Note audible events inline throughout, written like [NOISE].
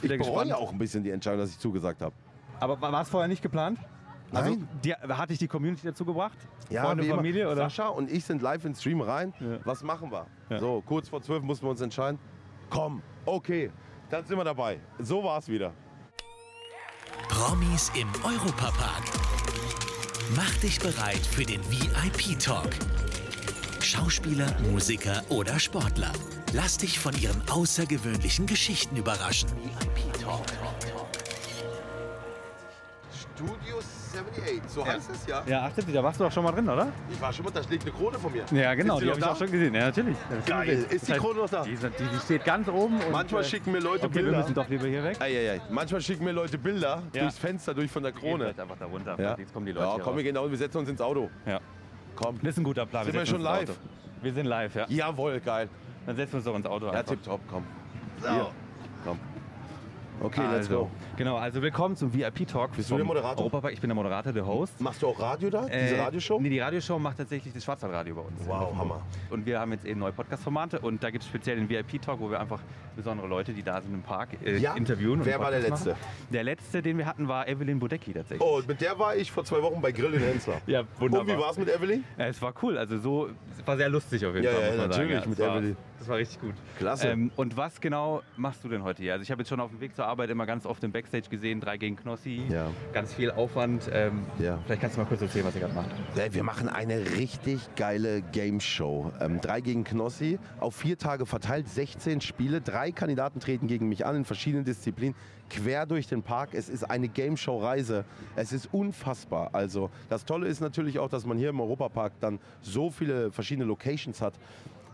wieder ich gespannt. bereue auch ein bisschen die Entscheidung, dass ich zugesagt habe. Aber war war es vorher nicht geplant? Also, Nein. die, hatte ich die Community dazu gebracht? Freunde, wie immer. Familie oder? Sascha und ich sind live in den Stream rein. Ja. Was machen wir? Ja. So, kurz vor zwölf mussten wir uns entscheiden. Komm, okay, dann sind wir dabei. So war es wieder. Promis im Europapark. Mach dich bereit für den VIP-Talk. Schauspieler, Musiker oder Sportler. Lass dich von ihren außergewöhnlichen Geschichten überraschen. Studio 78, so heißt es ja. Ja, achtet, da warst du doch schon mal drin, oder? Ich war schon mal, da liegt eine Krone von mir. Ja, genau, Ist die noch habe ich auch da? schon gesehen. Ja, natürlich. Geil. Natürlich. Ist die Das heißt, Krone noch da? Die, sind- die, die steht ganz oben. Und, Manchmal äh, schicken mir Leute okay, wir Bilder. müssen doch lieber hier weg. Eieiei. Manchmal schicken mir Leute Bilder Ja. durchs Fenster durch von der Krone. Geht einfach da runter. Ja. Jetzt kommen die Leute. ja, hier komm, wir raus. gehen auch, wir setzen uns ins Auto. Ja. Komm. Das ist ein guter Plan. Sind wir setzen schon uns live? ins Auto. Wir sind live, ja. Jawohl, geil. Dann setzen wir uns doch ins Auto. Ja, einfach. tipptopp, komm. Hier, komm. Okay, let's also, go. Genau, also willkommen zum VIP-Talk. Bist du der vom Moderator? Europapark. Ich bin der Moderator, der Host. Machst du auch Radio da? Äh, Diese Radioshow? Nee, die Radioshow macht tatsächlich das Schwarzwaldradio bei uns. Wow, Hammer. Und wir haben jetzt eben neue Podcast-Formate und da gibt es speziell den VIP-Talk, wo wir einfach besondere Leute, die da sind im Park, äh, Ja? interviewen. Wer und war der Podcast Letzte? Machen. Der letzte, den wir hatten, war Evelyn Bodecki tatsächlich. Oh, und mit der war ich vor zwei Wochen bei Grill in Hensler. Ja, Und wunderbar. wie war es mit Evelyn? Ja, es war cool, also so, es war sehr lustig auf jeden Ja, Fall. ja, muss man natürlich, sagen. mit das Evelyn. War, das war richtig gut. Klasse. Ähm, und was genau machst du denn heute hier? Also ich habe jetzt schon auf dem Weg zur Arbeit immer ganz oft im Backstage gesehen, drei gegen Knossi, Ja. ganz viel Aufwand. Ähm, Ja. Vielleicht kannst du mal kurz erzählen, was ihr gerade macht. Ey, Äh, Wir machen eine richtig geile Game Show. Ähm, drei gegen Knossi, auf vier Tage verteilt, 16 Spiele. Drei Kandidaten treten gegen mich an in verschiedenen Disziplinen, quer durch den Park. Es ist eine Game Show-Reise. Es ist unfassbar. Also, das Tolle ist natürlich auch, dass man hier im Europapark dann so viele verschiedene Locations hat.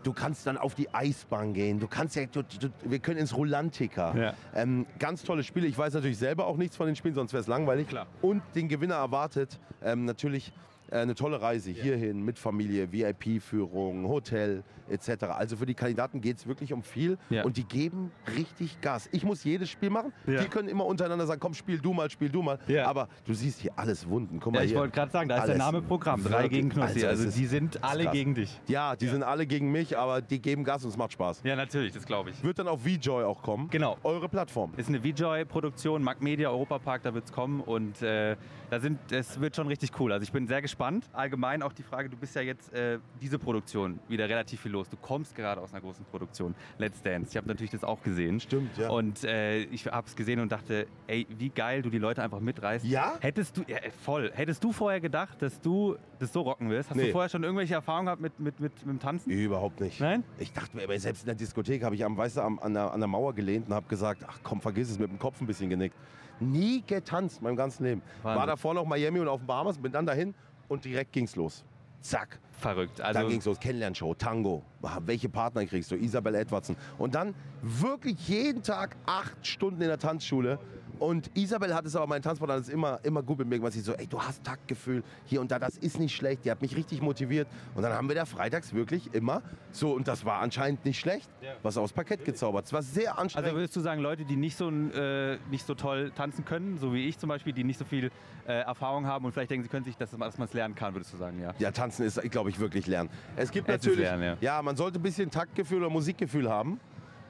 Du kannst dann auf die Eisbahn gehen. Du kannst ja, du, du, wir können ins Rolantica. Ja. Ähm, ganz tolle Spiele. Ich weiß natürlich selber auch nichts von den Spielen, sonst wäre es langweilig. Klar. Und den Gewinner erwartet ähm, natürlich äh, eine tolle Reise hierhin mit Familie, VIP-Führung, Hotel etc. Also für die Kandidaten geht es wirklich um viel Ja. und die geben richtig Gas. Ich muss jedes Spiel machen. Ja. Die können immer untereinander sagen, komm, spiel du mal, spiel du mal. Ja. Aber du siehst hier alles Wunden. Guck mal Ja, ich hier. wollte gerade sagen, da ist der Alles. Name Programm. Drei Wirklich. gegen Knossi. es Also, ist- die sind ist alle krass. gegen dich. Ja, die sind alle gegen mich, aber die geben Gas und es macht Spaß. Ja, natürlich, das glaube ich. Wird dann auf VJoy auch kommen. Genau. Eure Plattform. Ist eine VJoy-Produktion, Mag Media, Europapark, da wird es kommen und äh, da sind, es wird schon richtig cool. Also ich bin sehr gespannt. Allgemein auch die Frage, du bist ja jetzt äh, diese Produktion wieder relativ viel los. Du kommst gerade aus einer großen Produktion, Let's Dance. Ich habe natürlich das auch gesehen. Stimmt, ja. Und äh, ich habe es gesehen und dachte, ey, wie geil du die Leute einfach mitreißt. Ja? Hättest du, ja, voll, hättest du vorher gedacht, dass du das so rocken wirst? Hast Nee. du vorher schon irgendwelche Erfahrungen gehabt mit, mit, mit, mit dem Tanzen? Überhaupt nicht. Nein? Ich dachte mir, aber selbst in der Diskothek habe ich am, weißt du, am, an, der, an der Mauer gelehnt und habe gesagt, ach komm, vergiss es, mit dem Kopf ein bisschen genickt. Nie getanzt, mein ganzes Leben. Wahnsinn. War davor noch Miami und auf den Bahamas, bin dann dahin und direkt ging's los. Zack, Verrückt. dann Also, ging's los. Kennenlernshow, Tango. Ah, Welche Partner kriegst du? Isabel Edwardson. Und dann wirklich jeden Tag acht Stunden in der Tanzschule. Und Isabel hat es aber, mein Tanzpartner, hat es immer, immer gut mit mir gemacht. Sie so, ey, du hast Taktgefühl hier und da, das ist nicht schlecht. Die hat mich richtig motiviert. Und dann haben wir da freitags wirklich immer so, und das war anscheinend nicht schlecht, was aufs Parkett gezaubert. Es war sehr anstrengend. Also würdest du sagen, Leute, die nicht so, äh, nicht so toll tanzen können, so wie ich zum Beispiel, die nicht so viel äh, Erfahrung haben und vielleicht denken, sie können sich, dass, man- dass man es lernen kann, würdest du sagen, ja. Ja, tanzen ist, glaube ich, wirklich Lernen. Es gibt Es ist natürlich. Lernen, ja. ja. man sollte ein bisschen Taktgefühl oder Musikgefühl haben.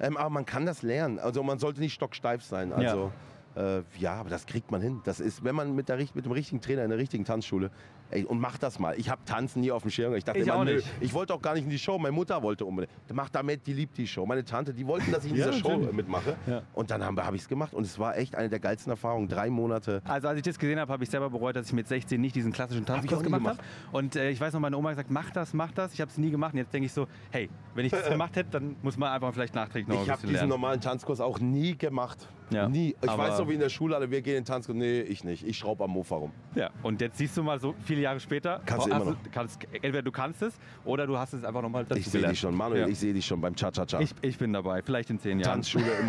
Ähm, aber man kann das lernen. Also man sollte nicht stocksteif sein. Also ja, äh, ja aber das kriegt man hin. Das ist, wenn man mit, der, richt- mit dem richtigen Trainer in der richtigen Tanzschule. Ey, und mach das mal. Ich habe Tanzen nie auf dem Schirm. Ich dachte Ich immer, auch nö. nicht. Ich wollte auch gar nicht in die Show. Meine Mutter wollte unbedingt. Mach damit, die liebt die Show. Meine Tante, die wollten, dass ich [LAUGHS] in Ja, dieser Show natürlich. mitmache. Ja. Und dann habe hab ich es gemacht. Und es war echt eine der geilsten Erfahrungen. Drei Monate. Also als ich das gesehen habe, habe ich selber bereut, dass ich mit 16 nicht diesen klassischen Hab ich Tanzkurs auch nie gemacht habe. Und äh, ich weiß noch, meine Oma hat gesagt, mach das, mach das. Ich habe es nie gemacht. Und jetzt denke ich so, hey, wenn ich [LAUGHS] das gemacht hätte, dann muss man einfach vielleicht nachträglich noch Ich ein habe bisschen diesen Genau, lernen. normalen Tanzkurs auch nie gemacht. Ja, nie. Ich aber- weiß noch, wie in der Schule alle, wir gehen in den Tanzkurs. Nee, ich nicht. Ich schraube am Mofa rum. ja. Und jetzt siehst du mal so viele Jahre später, Kannst du hast immer du- kannst, entweder du kannst es oder du hast es einfach nochmal dazu Ich sehe dich gelernt. schon, Manuel, Ja. ich sehe dich schon beim Cha-Cha-Cha. ich, ich bin dabei, vielleicht in zehn Jahren. Tanzschule im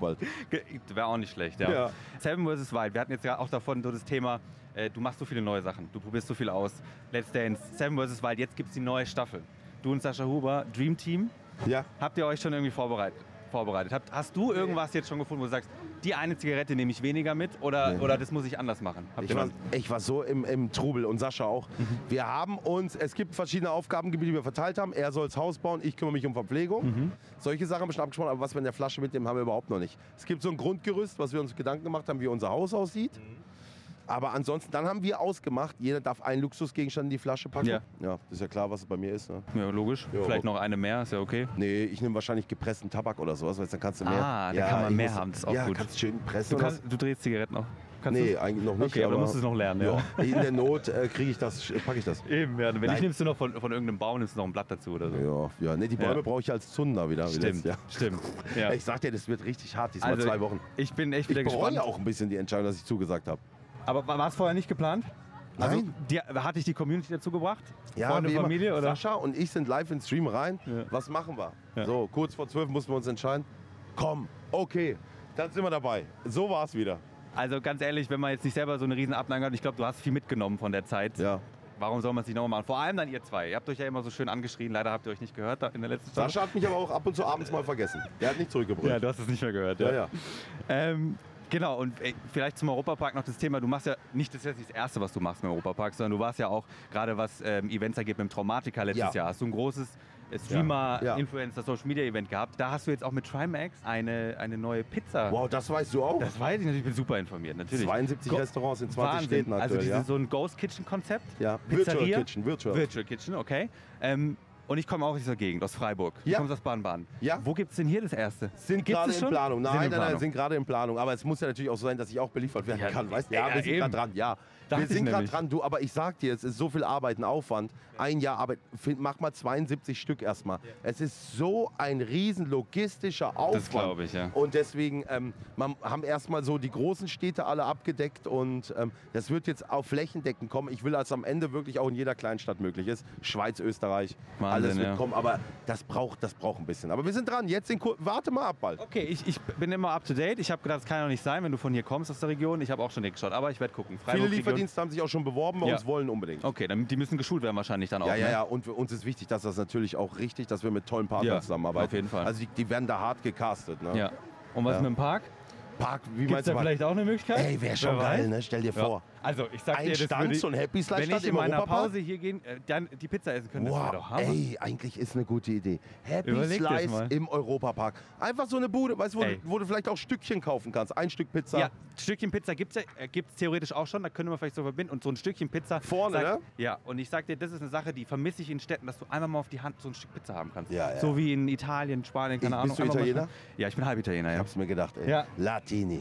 [LAUGHS] bald. Ge- Wäre auch nicht schlecht, ja. Ja. Seven vs. Wild. Wir hatten jetzt ja auch davon so das Thema, äh, du machst so viele neue Sachen, du probierst so viel aus. Let's Dance, Seven vs. Wild, jetzt gibt es die neue Staffel. Du und Sascha Huber, Dream Team, Ja. habt ihr euch schon irgendwie vorbereitet? vorbereitet habt. Hast du irgendwas jetzt schon gefunden, wo du sagst, die eine Zigarette nehme ich weniger mit oder, oder das muss ich anders machen? Habt Ich ihr Mhm. war, was? ich war so im, im Trubel und Sascha auch. Wir haben uns, es gibt verschiedene Aufgabengebiete, die wir verteilt haben. Er soll das Haus bauen, ich kümmere mich um Verpflegung. Mhm. Solche Sachen haben wir schon abgesprochen, aber was wir in der Flasche mitnehmen, haben wir überhaupt noch nicht. Es gibt so ein Grundgerüst, was wir uns Gedanken gemacht haben, wie unser Haus aussieht. Mhm. Aber ansonsten, dann haben wir ausgemacht, jeder darf einen Luxusgegenstand in die Flasche packen. Ja. das ist ja klar, was es bei mir ist. Ne? ja, logisch. Jo. Vielleicht noch eine mehr, ist ja okay. Nee, ich nehme wahrscheinlich gepressten Tabak oder sowas, weil dann kannst du mehr. Ah, dann kann man ich mehr haben, das ist auch ja, gut. kannst schön pressen. Du, oder kannst, du drehst Zigaretten noch. Kannst Nee, du's? eigentlich noch nicht. Okay, aber du musst es noch lernen, ja. [LAUGHS] In der Not äh, kriege ich das, packe ich das. Eben, ja. Wenn Nein. nicht, nimmst du noch von, von irgendeinem Baum, nimmst du noch ein Blatt dazu oder so. Ja, ja. Ne, die Bäume Ja. brauche ich als Zunder wieder. wie letztes Stimmt, Jahr. stimmt. Ja. Ich sag dir, das wird richtig hart, diesmal Also, zwei Wochen. Ich bin echt wieder Ich bereue gespannt. auch ein bisschen die Entscheidung, dass ich zugesagt habe. Aber war war es vorher nicht geplant? Also, Nein. Die, hatte ich die Community dazu gebracht? Freunde, wie immer. Familie oder? Sascha und ich sind live in den Stream rein. Ja. Was machen wir? Ja. So, kurz vor zwölf mussten wir uns entscheiden. Komm, okay, dann sind wir dabei. So war's wieder. Also ganz ehrlich, wenn man jetzt nicht selber so eine riesen Abneigung hat, ich glaube, du hast viel mitgenommen von der Zeit. Ja. Warum soll man es nicht nochmal machen? Vor allem dann ihr zwei. Ihr habt euch ja immer so schön angeschrien. Leider habt ihr euch nicht gehört da- in der letzten Staffel. Sascha hat mich aber auch ab und zu abends mal vergessen. Der hat nicht Ja, zurückgebrüllt. du hast es nicht mehr gehört. ja, ja. Ähm, genau, und ey, vielleicht zum Europapark noch das Thema. Du machst ja nicht das, ist jetzt nicht das Erste, was du machst im Europapark, sondern du warst ja auch gerade, was ähm, Events angeht, mit dem Traumatiker letztes Ja. Jahr. Hast du ein großes äh, Streamer, Ja. Influencer, Social Media Event gehabt. Da hast du jetzt auch mit Trimax eine, eine neue Pizza. Wow, das weißt du auch. Das weiß ich natürlich, ich bin super informiert, natürlich. 72 Go- Restaurants in 20 Wahnsinn. Städten Also aktuell. diese, ja. so ein Ghost Kitchen Konzept. ja. Pizzeria? Virtual Kitchen, Virtual. Virtual Kitchen, okay. Ähm, und ich komme auch aus dieser Gegend, aus Freiburg. Du Ja. kommst aus Baden-Baden. Ja. Wo gibt es denn hier das erste? Sind Gibt's gerade es in schon? Planung. Nein, Sind nein, in nein, Planung. sind gerade in Planung. Aber es muss ja natürlich auch so sein, dass ich auch beliefert werden Ja, kann. Weißt? du? ja, Ja, wir sind eben. gerade dran. Ja, Dachte wir ich sind gerade nämlich. dran. Du, aber ich sag dir, es ist so viel Arbeit, ein Aufwand. Ein Jahr Arbeit. Find- Mach mal 72 Stück erstmal. Es ist so ein riesen logistischer Aufwand. glaub ich, ja. Und deswegen ähm, man, haben erstmal so die großen Städte alle abgedeckt und ähm, das wird jetzt auf flächendeckend kommen. Ich will, dass am Ende wirklich auch in jeder Kleinstadt möglich ist. Schweiz, Österreich, Wahnsinn, alles wird ja. kommen. Aber das braucht, das braucht ein bisschen. Aber wir sind dran. Jetzt in Kur Warte mal ab bald. Okay, ich, ich bin immer up to date. Ich habe gedacht, das kann ja nicht sein, wenn du von hier kommst aus der Region. Ich habe auch schon geschaut, aber ich werde gucken. Viele Freiburg- Lieferdienste haben sich auch schon beworben, bei Ja. uns wollen unbedingt. Region. Okay, dann, die müssen geschult werden wahrscheinlich dann auch. Ja, ja, ne? ja. Und für uns ist wichtig, dass das natürlich auch richtig, dass wir mit tollen Partnern Ja, zusammenarbeiten. auf jeden Fall. Also die, die werden da hart gecastet. Ne? ja. Und was Ja. mit dem Park? Park, wie Gibt es meinst du? da Park? vielleicht auch eine Möglichkeit? Ey, wäre schon Wer weiß? geil, ne? Stell dir Ja. vor. Also, ich sag Ein dir, das Stand, würde, so ein Happy Slice wenn Stand ich in im meiner Europapark? Pause hier gehen, äh, dann die Pizza essen könnte, das wäre doch Wow, Hammer. ey, eigentlich ist eine gute Idee. Happy Überleg das Slice mal. im Europapark. Einfach so eine Bude, weißt du, wo, Ey. du- wo du vielleicht auch Stückchen kaufen kannst. Ein Stück Pizza. Ja, Stückchen Pizza gibt es ja, äh, gibt's theoretisch auch schon, da können wir vielleicht so verbinden. Und so ein Stückchen Pizza. Vorne, sagt, ne? Ja, und ich sag dir, das ist eine Sache, die vermisse ich in Städten, dass du einmal mal auf die Hand so ein Stück Pizza haben kannst. Ja, ja. So wie in Italien, Spanien, keine Ich- Ahnung. bist du einmal mal Italiener? schnell- Ja, ich bin halb Italiener, Ich ja. hab's mir gedacht, ey. Ja. [LAUGHS] Latini.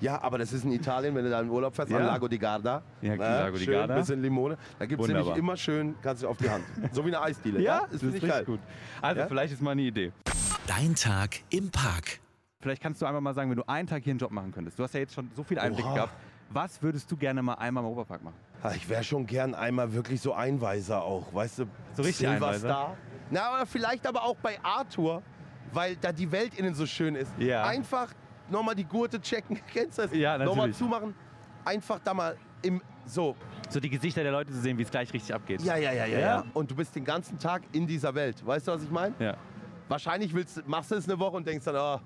ja, aber das ist in Italien, wenn du da im Urlaub fährst, an Ja. Lago di Garda. Ja, ne? Lago di schön, Garda. bisschen Limone. Da gibt's nämlich Wunderbar. immer schön, kannst du auf die Hand. So wie eine Eisdiele. das finde ist ich richtig gut. Also, Ja? vielleicht ist mal eine Idee. Dein Tag im Park. Vielleicht kannst du einmal mal sagen, wenn du einen Tag hier einen Job machen könntest. Du hast ja jetzt schon so viel Einblick Oha. gehabt. Was würdest du gerne mal einmal im Europapark machen? Ah, Ich wäre schon gern einmal wirklich so Einweiser auch, weißt du? So richtig Silverstar. Na, aber vielleicht aber auch bei Arthur, weil da die Welt innen so schön ist. Ja. Einfach nochmal die Gurte checken, [LAUGHS] kennst du das? Ja, Nochmal natürlich. zumachen, einfach da mal im, so, So die Gesichter der Leute zu sehen, wie es gleich richtig abgeht. ja, ja, ja, Ja? ja, ja. Und du bist den ganzen Tag in dieser Welt, weißt du, was ich meine? ja. Wahrscheinlich willst, machst du es eine Woche und denkst dann, oh,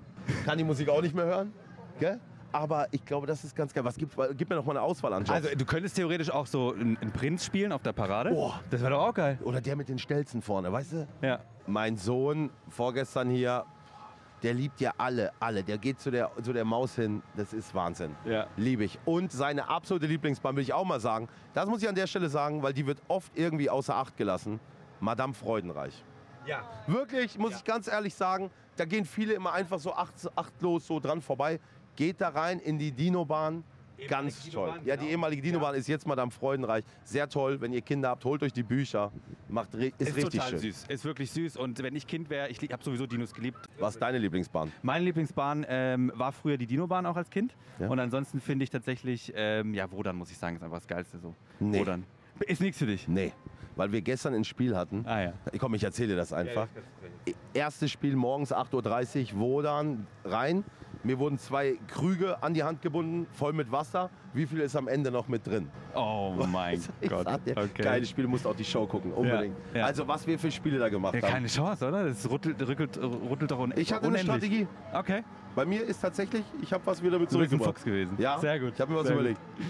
kann die Musik auch nicht mehr hören, gell? Aber ich glaube, das ist ganz geil. Was gibt, gib mir noch mal eine Auswahl an Jobs. Also, du könntest theoretisch auch so einen einen Prinz spielen auf der Parade. Boah. Das wäre doch auch geil. Oder der mit den Stelzen vorne, weißt du? Ja. mein Sohn vorgestern hier, der liebt ja alle, alle. Der geht zu der, zu der Maus hin, das ist Wahnsinn. Ja. Liebe ich. Und seine absolute Lieblingsbahn will ich auch mal sagen. Das muss ich an der Stelle sagen, weil die wird oft irgendwie außer Acht gelassen. Madame Freudenreich. Ja. Wirklich, muss ich ganz ehrlich sagen, da gehen viele immer einfach so acht, achtlos so dran vorbei. Geht da rein in die Dinobahn. Ganz toll. Dinobahn, ja, genau. die ehemalige Dinobahn ist jetzt Madame Freudenreich. Sehr toll. Wenn ihr Kinder habt, holt euch die Bücher. Macht, ri- ist, Ist richtig total schön. süß. Ist wirklich süß. Und wenn ich Kind wäre, ich habe sowieso Dinos geliebt. Was ist deine Lieblingsbahn? Meine Lieblingsbahn ähm, war früher die Dinobahn auch als Kind. Ja. Und ansonsten finde ich tatsächlich, ähm, ja, Wodan muss ich sagen, ist einfach das Geilste so. Nee. Wodan. Ist nichts für dich. Nee, weil wir gestern ein Spiel hatten. Ah ja. Komm, ich E, erzähle dir das einfach. Erstes Spiel morgens 8.30 Uhr, Wodan rein. Mir wurden zwei Krüge an die Hand gebunden, voll mit Wasser. Wie viel ist am Ende noch mit drin? Oh mein [LAUGHS] Ich Gott. sag dir, Geile Spiele, musst auch die Show gucken, unbedingt. ja. Also was wir für Spiele da gemacht Ja, haben. keine Chance, oder? Das rüttelt, rüttelt, rüttelt doch un Ich hatte eine unendlich. Strategie. Okay. Bei mir ist tatsächlich, ich habe was wieder mit Du bist ein Fuchs zurückgebracht. gewesen. Ja, Sehr gut. Ich habe mir was Sehr überlegt. Gut.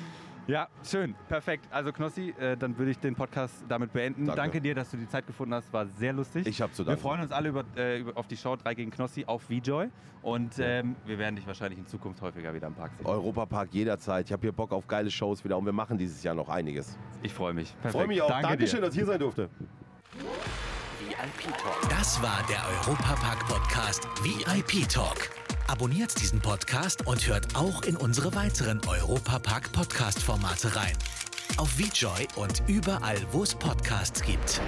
Ja, schön. Perfekt. Also Knossi, äh, dann würde ich den Podcast damit beenden. Danke. Danke. dir, dass du die Zeit gefunden hast. War sehr lustig. Ich habe zu wir danken. freuen uns alle über, äh, über, auf die Show 3 gegen Knossi auf VJoy. Und ähm, wir werden dich wahrscheinlich in Zukunft häufiger wieder im Park Oh. sehen. Europapark jederzeit. Ich habe hier Bock auf geile Shows wieder und wir machen dieses Jahr noch einiges. Ich freue mich. Perfekt. Freue mich auch. Danke Dankeschön, dir. dass ich hier sein durfte. Das war der Europapark-Podcast VIP Talk. Abonniert diesen Podcast und hört auch in unsere weiteren Europapark-Podcast-Formate rein. Auf VJoy und überall, wo es Podcasts gibt.